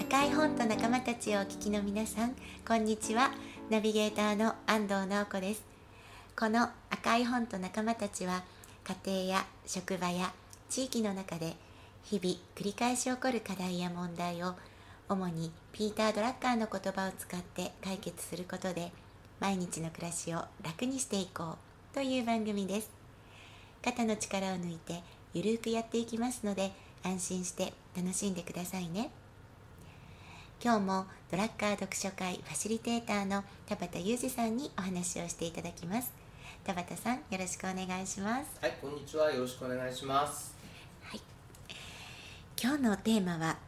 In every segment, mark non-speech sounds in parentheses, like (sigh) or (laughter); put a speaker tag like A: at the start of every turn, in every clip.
A: 赤い本と仲間たちをお聞きの皆さんこんにちはナビゲーターの安藤直子ですこの赤い本と仲間たちは家庭や職場や地域の中で日々繰り返し起こる課題や問題を主にピーター・ドラッカーの言葉を使って解決することで毎日の暮らしを楽にしていこうという番組です肩の力を抜いてゆるくやっていきますので安心して楽しんでくださいね今日もドラッカー読書会ファシリテーターの田畑裕二さんにお話をしていただきます田畑さんよろしくお願いします
B: はい、こんにちは。よろしくお願いします。
A: 今日のテーマは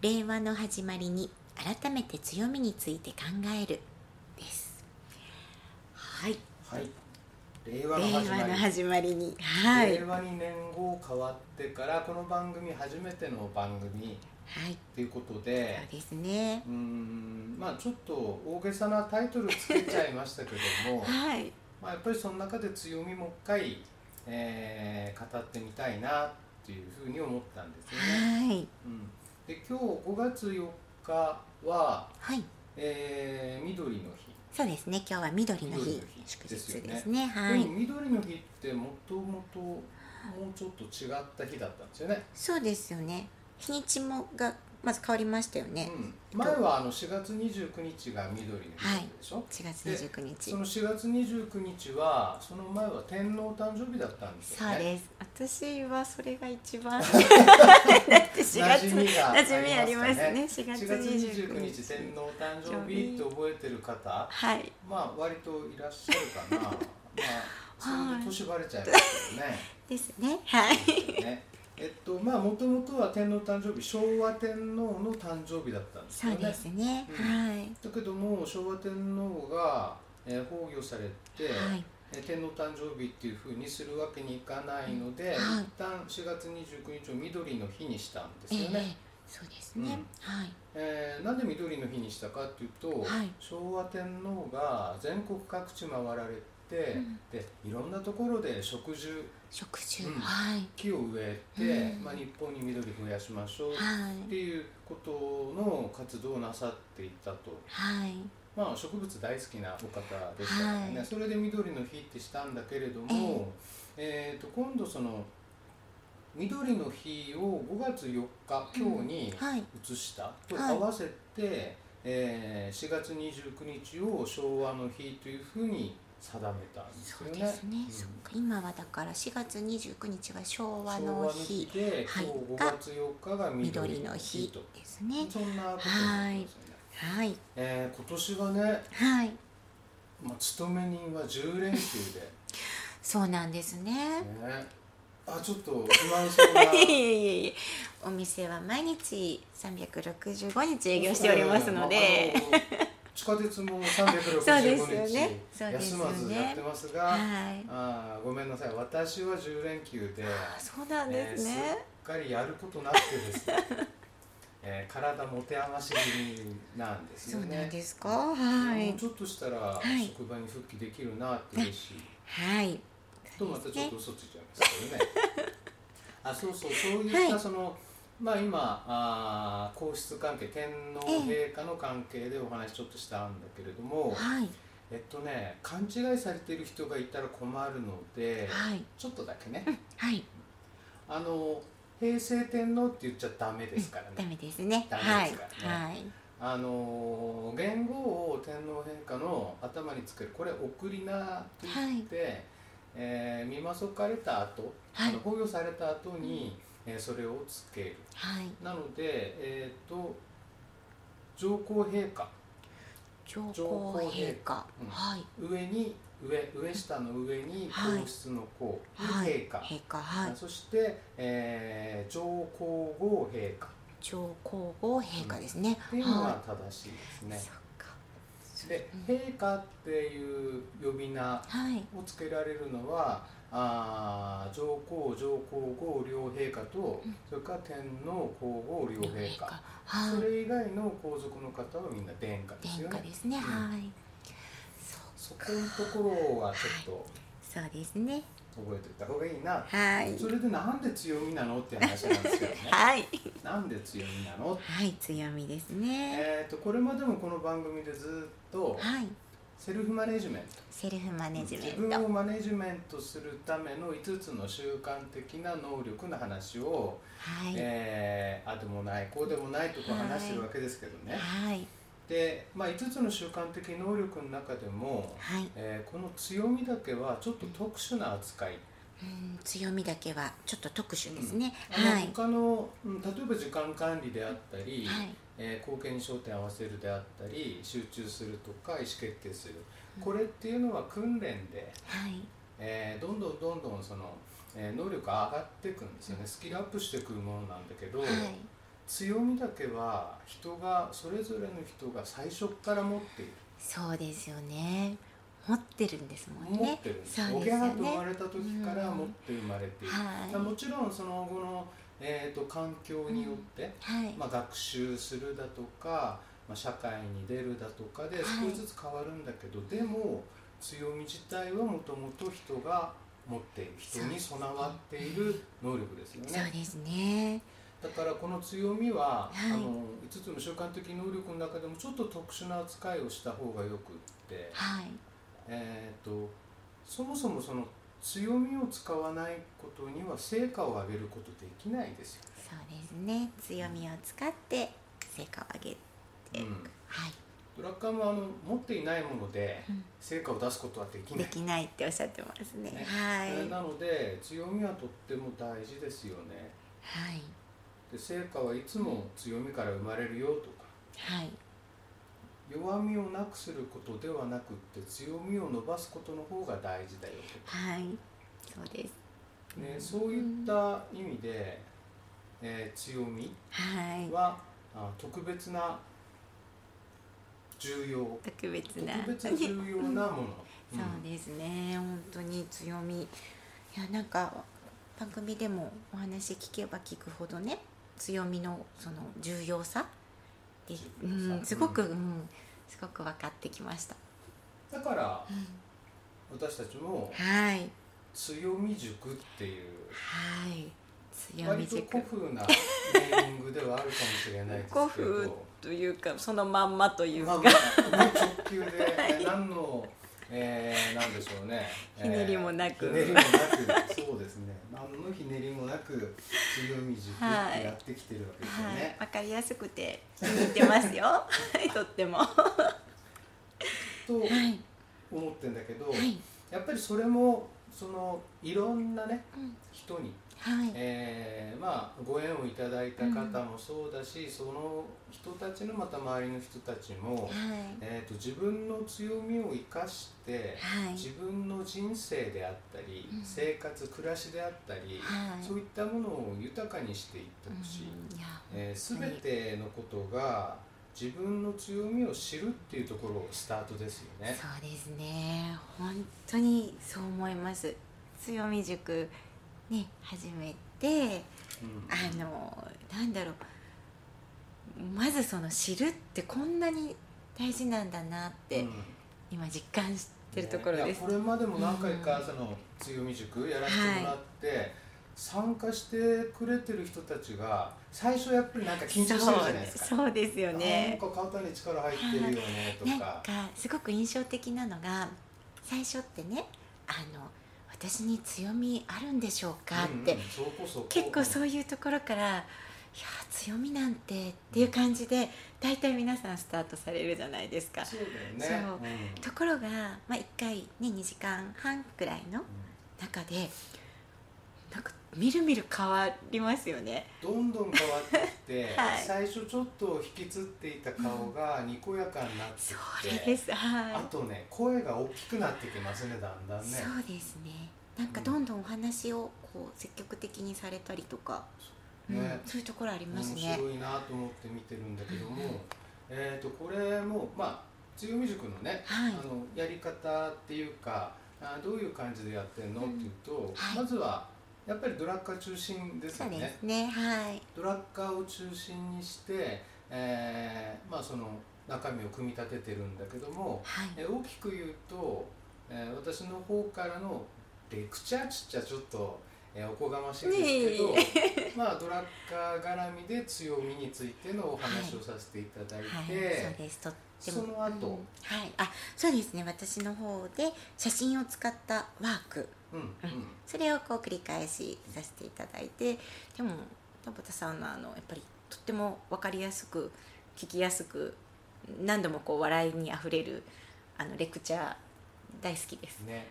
A: 令和の始まりに改めて強みについて考えるですはい
B: はい。令和の
A: 令
B: 始ま
A: 和
B: り。
A: の始まりにはい
B: 令和に年号変わってからこの番組初めての番組
A: はい
B: ということ
A: そ
B: で、
A: うですね
B: うーん、まあちょっと大げさなタイトルつけちゃいましたけども、
A: はい
B: まあやっぱりその中で強みもう一回、えー語ってみたいなっていうふうに思ったんですよね。
A: はい
B: うん。で今日5月4日は、
A: はい
B: えー、緑の日。
A: そうですね今日は緑の日
B: 緑の日
A: 祝日で
B: ですす
A: ね
B: よね
A: はい、
B: でも緑の日ってもともともうちょっと違った日だったんですよね、
A: そうですよね日にちもがまず変わりましたよね、
B: うん、前はあの4月29日が緑の日だったでしょ、
A: 4月29日
B: その4月29日はその前は天皇誕生日だったんです
A: そ
B: よね
A: うです私はそれが一 (laughs) 番だって4
B: 馴
A: 月
B: 染みが
A: 馴染みあります
B: あり
A: ね4月
B: 4月
A: 29
B: 29
A: 日
B: 日天皇誕生日って覚えてる方ま
A: はい
B: あ割といらっしゃるかなまあそれで年バレちゃいますけどね
A: ですね (laughs) はい
B: ね、えっとまあもともとは天皇誕生日昭和天皇の誕生日だったんです
A: そ
B: よ
A: う
B: ね
A: ですね、
B: うん
A: はい
B: だけども昭和天皇が、えー崩御されて、
A: はい
B: えー天皇誕生日っていうふうにするわけにいかないので、
A: はい
B: 一旦4月29日を緑の日にしたんです
A: え
B: よ
A: え
B: ね、
A: そうですね、
B: うん
A: はい
B: えーなんで緑の日にしたかっていうと、
A: はい
B: 昭和天皇が全国各地回られて、
A: うん
B: でいろんなところで植樹
A: 食事、
B: うん
A: はい
B: 木を植えて、
A: うん
B: まあ、日本に緑増やしましょうっ
A: はい
B: っていうことの活動をなさっていたと、
A: はい
B: まあ、植物大好きなお方でしたからね、
A: はい
B: それで緑の日ってしたんだけれども、えーと今度その緑の日を5月4日今日に
A: はい
B: 移したと
A: はい
B: 合わせて、えー4月29日を昭和の日というふうに定めたんです
A: そ
B: よ
A: う
B: ね。
A: ですね、
B: うん
A: そっか今はだから4月29日は昭和
B: 昭
A: の
B: 和の
A: 日
B: 日で、
A: はい
B: 今日5月4日が
A: 緑
B: 緑
A: の
B: の日
A: 日
B: と。
A: ですね
B: そんなことになってますよね。
A: はい
B: えー、今年はね、
A: はい
B: まあ、勤め人は10連休で、
A: そうなんですね
B: ね、あちょっと不満そうな
A: いえいえいえお店は毎日365日 (laughs) 営業しておりますので、
B: うんあの地下鉄も
A: そうですよ
B: 365日、
A: ねそうです
B: 休
A: よ
B: まずやっ
A: ね
B: てますが、
A: はい
B: あーごめんなさい私は10連休で、
A: あそうなんですね、
B: えーすっかりやることなくてですね、 (laughs) えー、体持て余し気味なんです
A: そ
B: よ
A: う
B: ね
A: なんですかはい
B: もうちょっとしたら、
A: い
B: 職場に復帰できるなって嬉しい
A: はい
B: とまたちょっと嘘ついちゃいますけどね。あそうそうそうい
A: は
B: っ
A: い
B: たその、まあ今あー皇室関係天皇陛下の関係でお話ちょっとしたんだけれども、
A: はい
B: えっとね勘違いされている人がいたら困るので
A: はい
B: ちょっとだけね
A: はい
B: あの平成天皇って言っちゃダメですから
A: ダ
B: ね。
A: メですね
B: ダ
A: は
B: メ
A: い
B: ですからね
A: はい
B: あの元号を天皇陛下の頭につけるこれ送りなと言って、えー、見まそかれた後、
A: はい
B: あの崩御された後に、えーそれをつける
A: はい
B: なので、えー、と上皇陛下
A: 上
B: 上
A: 皇
B: 皇
A: 陛
B: 陛
A: 下
B: うん
A: はい
B: 上に上上下の上に
A: はい
B: 皇室の皇、
A: はい
B: 陛下、
A: 陛下はい
B: そして、えー上皇后陛下
A: 上皇后陛下ですね
B: っていうのが正しいですね。
A: そっか
B: で
A: うん
B: 陛下っていう呼び名
A: はい
B: をつけられるのはあー上皇上皇后両陛下と、
A: うん
B: それから天皇皇后両陛
A: 陛下
B: 下
A: は
B: そ
A: い
B: れ以外の皇族の方はみんな殿下です
A: 殿
B: よ
A: 下
B: ね
A: ですね
B: うん
A: はいそう
B: そこのところはちょっと、
A: そうですね
B: 覚えておいた方がいいな
A: はい
B: それでなんで強みなのって話なんですけどね
A: はい
B: なんで強みなの
A: はい強みですね、
B: えー、とこれまでもこの番組でずっと
A: はい
B: セルフマネジメン
A: セルフマ
B: ト
A: ネジメ
B: 自
A: ン
B: 分
A: ト
B: をマネジメントするための5つの習慣的な能力の話を、
A: はい、
B: えーあでもないこうでもないとこ話してるわけですけどね、
A: はい
B: で、まあ、5つの習慣的能力の中でも、
A: はい
B: えーこの強みだけはちょっと特殊な扱い、
A: うん強みだけはちょっと特殊ですね、
B: あの
A: はい
B: 他の、うん例えば時間管理であったり、
A: はい
B: えー貢献に焦点を合わせるであったり集中するとか意思決定するこれっていうのは訓練で、
A: はい
B: えーどんどんどんどんその、えー能力が上がっていくんですよねスキルアップしていくものなんだけど、
A: はい
B: 強みだけは人がそれぞれの人が最初から持っている
A: そうですよね持ってるんですもんね
B: 持ってるんです,、
A: そう
B: お
A: です
B: ぎ
A: よね
B: ゃーと生まれた時から持って生まれている、まあ
A: は
B: もちろんその後の、えー、と環境によって、
A: いはい
B: まあ、学習するだとか、まあ、社会に出るだとかで
A: はい
B: 少しずつ変わるんだけど、でも強み自体はもともと人が持っている人に備わっている能力ですよ
A: そう
B: ね
A: ですね
B: だからこの強みは、
A: はい
B: あの5つの習慣的能力の中でもちょっと特殊な扱いをした方がよくって、
A: はい
B: えー、とそもそもその強みを使わないことには成果を上げることできないですよ。
A: そうですね強みを使って成果を上げえ
B: うん
A: はい、
B: ドラッカーもあの持っていないもので
A: うん
B: 成果を出すことはできな
A: で
B: い、
A: きないっておっしゃってますね
B: ね
A: はい
B: えーなので強みはとっても大事ですよね
A: はい
B: で成果はいつも強みから生まれるよとか
A: はい
B: 弱みをなくすることではなくって強みを伸ばすことの方が大事だよと
A: はいそうです
B: か、ね、そういった意味で、えー強み
A: はい
B: はあ特別な重要
A: 特別な
B: 特別重要なもの、
A: (laughs) そうですね、本当に強みいやなんか番組でもお話聞けば聞くほどね強みのその重要さでう
B: 重要さ
A: ん、すごく、うん、すごく分かってきました、
B: だから私たちも
A: はい
B: 強み塾っていう
A: はい強
B: 割
A: み
B: と
A: 塾
B: 古風なネーミングではあるかもしれないですけど
A: 古風というかそのまんまという
B: まあ
A: か、
B: まあ直球で、え何の、えー、なんでしょうね
A: (laughs) ひねりもなく
B: えーひねりもなくそうですね何のひねりもなく強み塾ってやってきてるわけですよ
A: は
B: ね、
A: い、わかりやすくて気に入ってますよ (laughs) はいとって
B: (laughs)
A: もははい
B: と思ってんだけど、
A: はい、
B: やっぱりそれもそのいろんなね
A: うん
B: 人に
A: はい
B: えーまあ、ご縁をいただいた方もそうだし、その人たちのまた周りの人たちも、
A: はい
B: えー、と自分の強みを生かして、
A: はい
B: 自分の人生であったり、
A: うん
B: 生活暮らしであったり、
A: はい
B: そういったものを豊かにしていってほしい、
A: うんいや
B: えー全てのことが自分の強みを知るっていうところをスタートですよね。
A: そうですね本当にそう思います強み塾ね始めて
B: うん
A: あのなんだろうまずその知るってこんなに大事なんだなって、
B: うん
A: 今実感してるところ
B: ねい
A: で
B: や
A: す、
B: これまでも何回か
A: うん
B: その強み塾やらせてもらって、参加してくれてる人たちが最初やっぱりなんか緊張してるじゃないですか。
A: そうそうですよね
B: なんか肩に力入ってるよねと
A: なん
B: か
A: か。すごく印象的なのが最初ってねあの私に強みあるんでしょうかって、
B: うんうん、そうこそこ
A: 結構そうういうところから「いやー強みなんて」っていう感じで大体皆さんスタートされるじゃないですか
B: そうだよね。
A: そう
B: うんうん
A: ところが、まあ、1回ね2時間半くらいの中でなんかみるみる変わりますよね
B: どんどん変わってきて、
A: (laughs) はい
B: 最初ちょっと引きつっていた顔がにこやかになっ
A: そ
B: てきて、
A: れです
B: あ
A: は
B: とね声が大きくなってきますねだんだん
A: い
B: ね。
A: そうですねなんかどんどんお話をこう積極的にされたりとか、うん
B: ね
A: そういうところありま
B: 面
A: すね
B: 白いなと思って見てるんだけども、えー、とこれもまあ強み塾のね、
A: はい
B: あのやり方っていうかあどういう感じでやってるの、
A: うん
B: っていうと、
A: はい
B: まずはやっぱりドラッカー中心です
A: そ
B: よ
A: うで
B: ね
A: すねはい
B: ドラッカーを中心にして、えーまあ、その中身を組み立ててるんだけども、
A: はい
B: えー大きく言うと、えー私の方からのレクチャーちっちゃちょっと、えーおこがましいんですけど、
A: ね
B: (laughs) まあドラッカー絡みで強みについてのお話をさせていただいて、
A: はい、そうですとっても
B: その後
A: うんはいあそうですね私の方で写真を使ったワーク
B: うんうん
A: それをこう繰り返しさせていただいてでも田畑さんのあのやっぱりとっても分かりやすく聞きやすく何度もこう笑いにあふれるあのレクチャー大好きです。 (laughs)
B: ね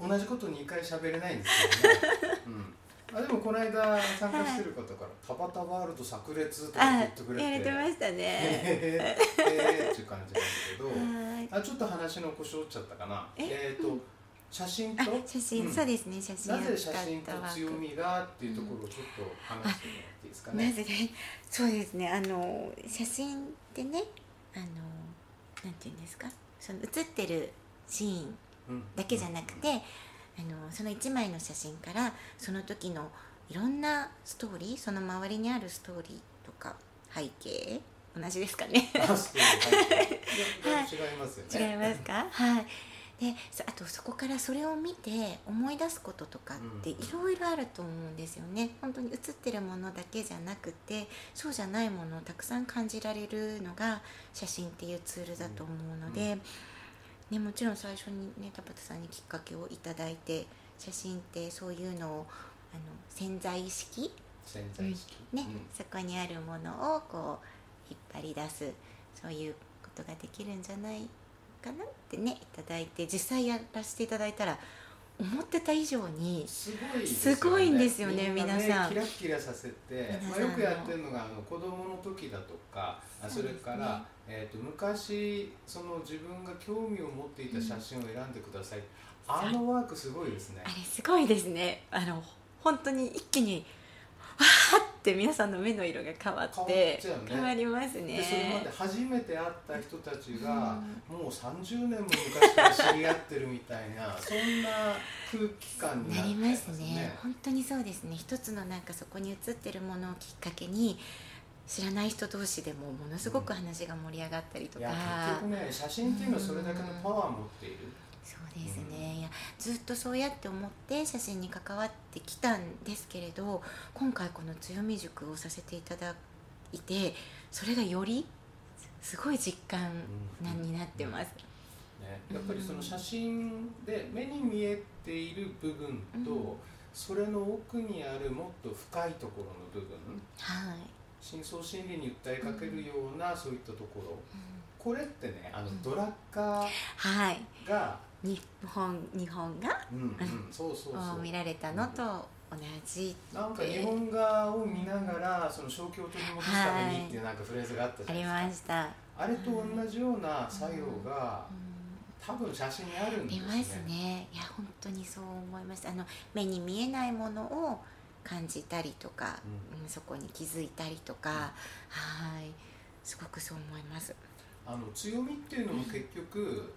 B: 同じこと2回喋れないんですよね、うん、あでもこの間参加してる方から「タバタワールド炸裂」とか
A: あ
B: 言ってくれて
A: やれてましたね。
B: えーえーっていう感じなんだけ
A: (laughs)
B: ど
A: はい
B: あちょっと話の腰折っちゃったかな
A: え
B: えっ、と写真と
A: あ写真、
B: うん
A: そうですね写真
B: な
A: を
B: ぜ
A: 使
B: 写
A: ったワー
B: 真と強
A: ク。
B: みがっていうところをちょっと話してもらっていいですかね
A: なぜねそうですねあの写真ってねあのなんていうんですかその写ってるシーン
B: うん
A: だけじゃなくて、あのその1枚の写真からその時のいろんなストーリーその周りにあるストーリーとか背景同じですかね
B: あそうはいだいぶ違いますよ
A: 違
B: ね
A: いますかはいでそあとそこからそれを見て思い出すこととかっていろいろあると思うんですよね本当に写ってるものだけじゃなくてそうじゃないものをたくさん感じられるのが写真っていうツールだと思うので、ね、もちろん最初にね田畑さんにきっかけをいただいて写真ってそういうのをあの潜在意識
B: 潜在意識
A: ね、
B: うん
A: そこにあるものをこう引っ張り出すそういうことができるんじゃないかなってねいただいて実際やらせていただいたら思ってた以上に
B: すごいですよね
A: すごいんですよね
B: みな
A: 皆さん
B: キラッキラさせて、
A: 皆
B: まあ、
A: さん
B: よくやってるのがあの子供の時だとかあ
A: そ
B: そう
A: で
B: れ
A: すね
B: から、えー、と昔その自分が興味を持っていた写真を選んでください、あのワークすごいですね
A: あれすごいですねあの本当に一気にわーって皆さんの目の色が変わって
B: 変わっちゃうね
A: 変わります
B: でそれま
A: ね
B: で初めて会った人たちが、もう30年も昔から知り合ってるみたいなそんな空気感にな
A: な
B: っ
A: り
B: てま
A: ますすね
B: ね。
A: 本当にそうですね一つのなんかそこに映ってるものをきっかけに知らない人同士でもものすごく話が盛り上がったりと
B: い
A: か、
B: や結局ね写真っていうのはそれだけのパワーを持っている、
A: そうですね、いやずっとそうやって思って写真に関わってきたんですけれど今回この強み塾をさせていただいてそれがよりすごい実感なになってます。
B: ね、やっぱりその写真で目に見えている部分と、
A: うん
B: それの奥にあるもっと深いところの部分
A: はい、
B: 深層心理に訴えかけるような、そういったところ
A: うん
B: これってねあの
A: うん
B: ドラッカ
A: はい
B: ーが、
A: 日本日本が
B: うんうん、そうそうそ
A: 見
B: う
A: られたのと同じ
B: なんか日本画を見ながらその消去を取り戻すためにっていうなんかフレーズがあったじ
A: あ
B: ゃない
A: り
B: ですか、
A: ました。
B: あれと同じような作用が
A: うん
B: 多分写真にある
A: あ
B: んで
A: り
B: す
A: ます
B: ね。
A: ね。いや本当にそう思いました。あの目に見えないものを感じたりとか、うんそこに気づいたりとか、
B: うん
A: はい、すごくそう思います。
B: あの強みっていうのも結局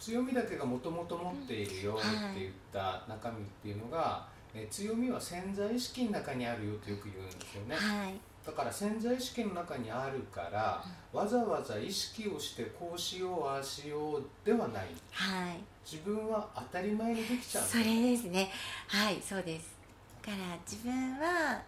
B: 強みだけがもともと持っているよって言った中身っていうのが、え強みは潜在意識の中にあるよってよく言うんですよね
A: はい、
B: だから潜在意識の中にあるからわざわざ意識をしてこうしようああしようではない
A: はい、
B: 自分は当たり前にできちゃう
A: それですね。はい、そうです。だから自分は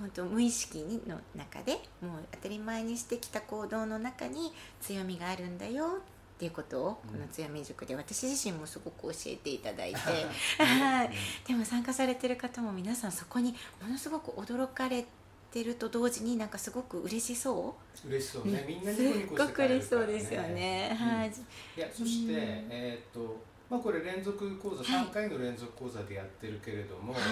A: 本当無意識にの中でもう当たり前にしてきた行動の中に強みがあるんだよっていうことをこの強み塾で私自身もすごく教えていた
B: (laughs)
A: だいて。はいでも参加されてる方も皆さんそこにものすごく驚かれてると同時になんかすごく嬉しそ
B: 嬉しそう
A: う、
B: ねみんな
A: す
B: ニコニ
A: っ
B: コ
A: ご
B: して
A: く
B: 帰る
A: 嬉しそ
B: から
A: うですよね、
B: うん
A: はい、
B: いやそして、
A: うん
B: えーっとまあこれ連続講座
A: はい
B: 3回の連続講座でやってるけれども、
A: はい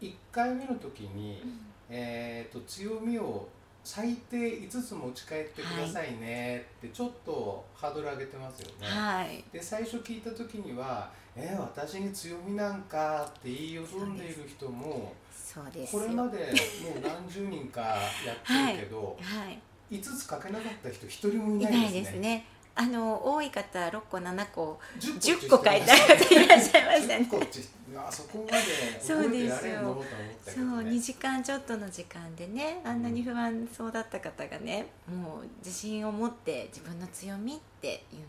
B: 1回目の時に、えーっと強みを最低5つ持ち帰ってくださいねってちょっとハードル上げてますよね。
A: はい
B: で最初聞いた時には「えー私に強みなんか」って言いよどんでいる人も
A: そうです
B: こ
A: よ
B: れまでもう何十人かやってるけど、
A: はい
B: 5つ書けなかった人1人もい
A: い
B: な
A: ない
B: い
A: で
B: です
A: す
B: ね。
A: ねあの多い方6個7個
B: 10
A: 10
B: 個
A: 個
B: っ
A: 書い
B: て
A: てあ
B: 言
A: る方い
B: ってました
A: らっしゃいましたね
B: こっちあそこまで覚えてやれんのと思った
A: そ
B: け
A: う
B: ど、
A: 2
B: ね、
A: 時間ちょっとの時間でねあんなに不安そうだった方がねもう自信を持って自分の強みっていうのを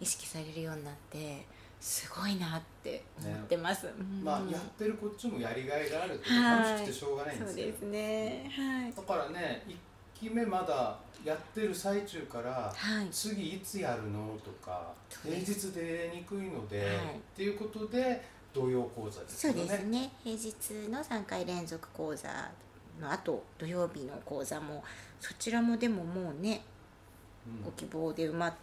A: 意識されるようになってすごいなって思ってます、うん
B: まあやってるこっちもやりがいがあるっていうか
A: はい
B: 楽しくてしょうがないんで
A: そう
B: すよ
A: ですねはい
B: だからね1期目まだやってる最中から
A: はい
B: 次いつやるのとか
A: そう
B: 平
A: で
B: 日出にくいので、
A: はい
B: っていうことで同様講座です
A: そ
B: よ
A: う
B: ね
A: ですね平日の3回連続講座のあと土曜日の講座もそちらもでももうね
B: うん
A: ご希望で埋まっ
B: も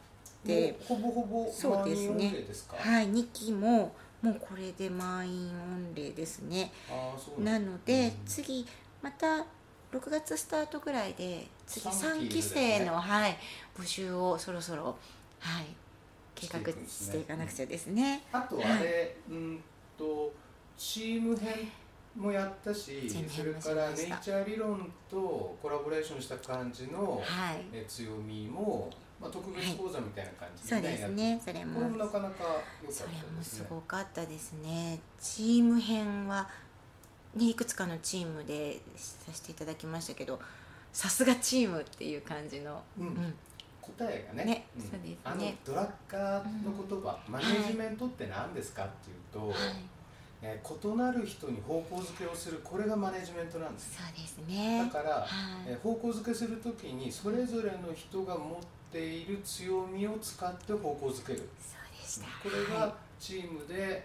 A: て、
B: うほぼほぼ
A: そうですね
B: 満員御礼ですか
A: はい2期ももうこれで満員御礼ですね、
B: ああそう
A: な
B: の
A: ので、
B: うん
A: 次また6月スタートぐらいで次
B: 三期
A: 3期生の、はい、募集をそろそろ、はい、計画
B: していくんですね
A: していかなくちゃですね。
B: あとあれ、うんとチーム編もやったし
A: 全
B: そ
A: 編
B: れ
A: もしました
B: からネイチャー理論とコラボレーションした感じの、
A: はい、
B: え強みも、まあ、特別講座みたいな感じ
A: そうですねそれ
B: これも
A: も
B: なかなか良かった
A: それも
B: です
A: す
B: ね。
A: ごかったですね。チーム編は、ね、いくつかのチームでさせていただきましたけどさすがチームっていう感じの、
B: うん
A: うん、
B: 答えがね
A: ね
B: うん
A: そうですね
B: あのドラッカーの言葉、マネジメントって何ですかっていうと、
A: はい、
B: えー異なる人に方向づけをするこれがマネジメントなんです
A: そうです
B: だ
A: ね。
B: から、
A: はい
B: えー方向づけするときにそれぞれの人が持っている強みを使って方向づける
A: そうでした。
B: これ
A: はい
B: がチームで、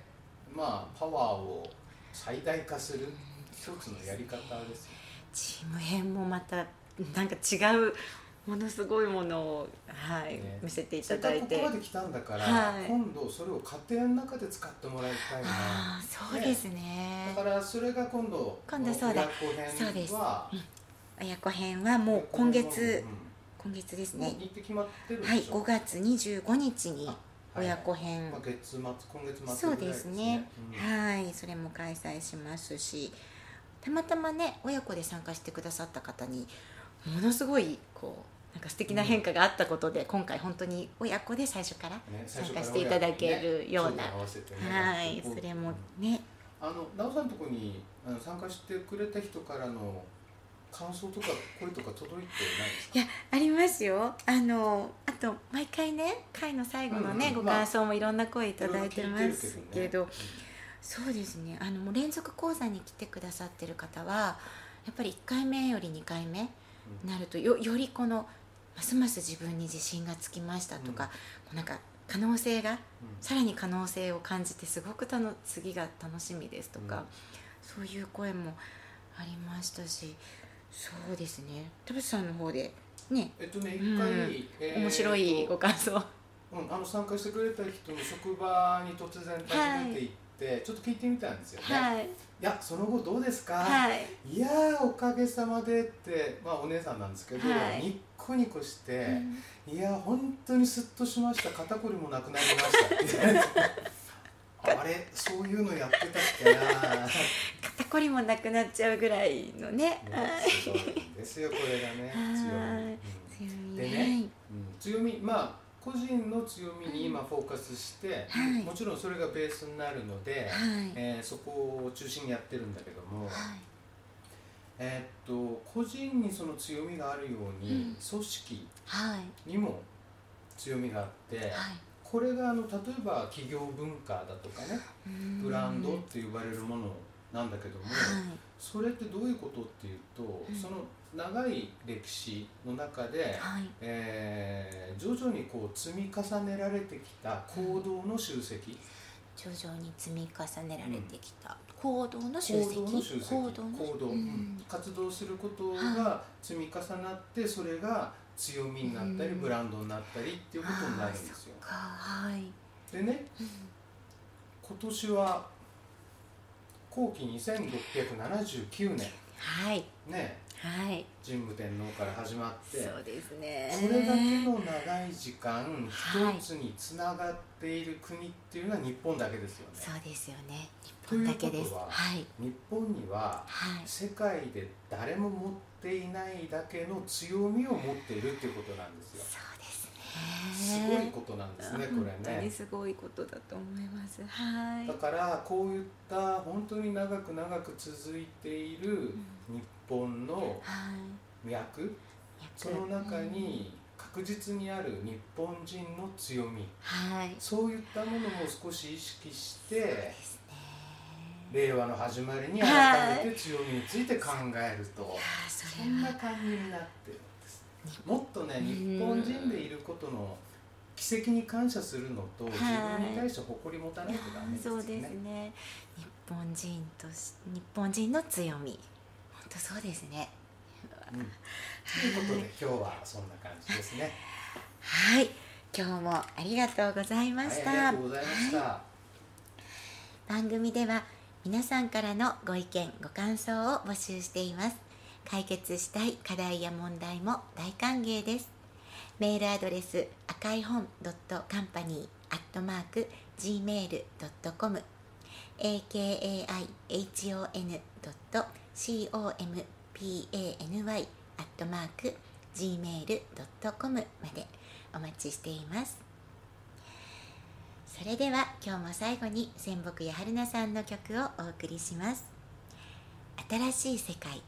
B: まあ、パワーを最大化する一つのやり方ですよ
A: チーム編もまたなんか違うものすごいものを、はい
B: ね
A: 見せてい
B: そ
A: ただい
B: れからこ
A: て
B: こまで来たんだから、
A: はい
B: 今度それを家庭の中で使ってもらいたいな
A: ああそうですね
B: だからそれが今度
A: 今度そうだ
B: 親子
A: そうで
B: 編
A: す
B: は
A: 親子編はもう今月今月です
B: うんもう
A: ね
B: 日程決まってるでしょ
A: はい5月25日に親子
B: はい
A: 編
B: まあ、
A: は
B: 月末今月末
A: そう
B: ぐらい
A: ですね
B: うん
A: いそれも開催しますしたまたまね親子で参加してくださった方にものすごいこうなんか素敵な変化があったことで今回本当に親子で最初から
B: ね
A: 参
B: 最
A: 加し
B: 初から
A: ていただけるような
B: ね合わせてね
A: はい
B: こう
A: それもね
B: あの奈緒さんのとこにあの参加してくれた人からの感想とか声とか届いてないですか
A: いやありますよあのあと毎回ね回の最後のね、
B: うんうん
A: ご感想もいろんな声いただい
B: ろ
A: て
B: ろ
A: ま
B: 聞い
A: すけど
B: ね
A: そうですねあのもう連続講座に来てくださってる方はやっぱり1回目より2回目
B: うん
A: になるとよよりこのますます自分に自信がつきましたとか、こうなんか可能性が
B: うん
A: さらに可能性を感じてすごくたの次が楽しみですとか、
B: うん
A: そういう声もありましたしそうですね田淵さんの方でね
B: えっとね、一
A: うん
B: 回、えー
A: 面白いご感想、
B: うん、あの参加してくれた人に職場に突然訪ねて行って、ちょっと聞いてみたんですよね。い、
A: はい
B: や、その後どうですか、
A: はい
B: い、やー、おかげさまでって、まあ、お姉さんなんですけど、
A: はい
B: ニッコニコして、
A: うん
B: いやー、本当にスッとしました、肩こりもなくなりましたって言われて
A: (laughs)
B: あれ、そういうのやってたっけな
A: 肩こりもなくなっちゃうぐらいのね
B: ねすごいんですよ、これがね、強み。
A: はい
B: うん
A: 強み
B: でねうん強みまあ個人の強みに今フォーカスして、
A: はい
B: もちろんそれがベースになるので、
A: はいはい
B: えーそこを中心にやってるんだけども、
A: はい
B: えーっと個人にその強みがあるように、
A: うん
B: 組織
A: はい
B: にも強みがあって、
A: はい
B: これがあの例えば企業文化だとかね
A: うん
B: ブランドって呼ばれるものなんだけども、
A: はい
B: それってどういうことっていうと、
A: うん
B: その長い歴史の中で、
A: はい
B: えー徐々にこう積み重ねられてきた行動の集積、
A: 徐々に積み重ねられてきた行動の集積
B: 行動の集積
A: 行動の
B: 行動
A: う
B: うんん活動することが積み重なってそれが強みになったり、
A: うん
B: ブランドになったりっていうことになるんですよ
A: あーそっ。かはい
B: でね今年は後期2679年
A: はい
B: ね
A: はい
B: 神武天皇から始まって
A: そうですね
B: それだけの長い時間
A: はい
B: 一つにつながっている国っていうのは日本だけですよね。
A: そうですよね日本だけ
B: と
A: で
B: いうこ
A: す
B: とは
A: はい
B: 日本には
A: はい
B: 世界で誰も持っていないだけの強みを持っているっていうことなんですよ。
A: そうです
B: す
A: ね
B: ごいことなんですね、こ
A: 本
B: れ
A: 当に
B: ね。
A: すごいことだと思いますはい
B: だからこういった本当に長く長く続いている日本の
A: はい
B: 脈
A: 約
B: その中に確実にある日本人の強み
A: はい
B: そういったものを少し意識して
A: ですね
B: 令和の始まりに改めて強みについて考えると、
A: あーそ
B: そ
A: れ
B: ん
A: は
B: な感じになってるんですもっとね
A: うん
B: 日本人でいることの奇跡に感謝するのと、
A: い
B: 自分に対して誇り持たないとダメです
A: そ
B: よ
A: う
B: ね
A: ですね日本人とし日本人の強み本当そうですね
B: うんということで今日はそんな感じです
A: (laughs)
B: ね
A: はい今日もありがとうございました、
B: はい、ありがとうございました、
A: 番組では皆さんからのご意見ご感想を募集しています解決したい課題や問題も大歓迎ですメールアドレス赤い本 .company.gmail.com akaihon.company.gmail.com までお待ちしていますそれでは今日も最後に仙北や春菜さんの曲をお送りします新しい世界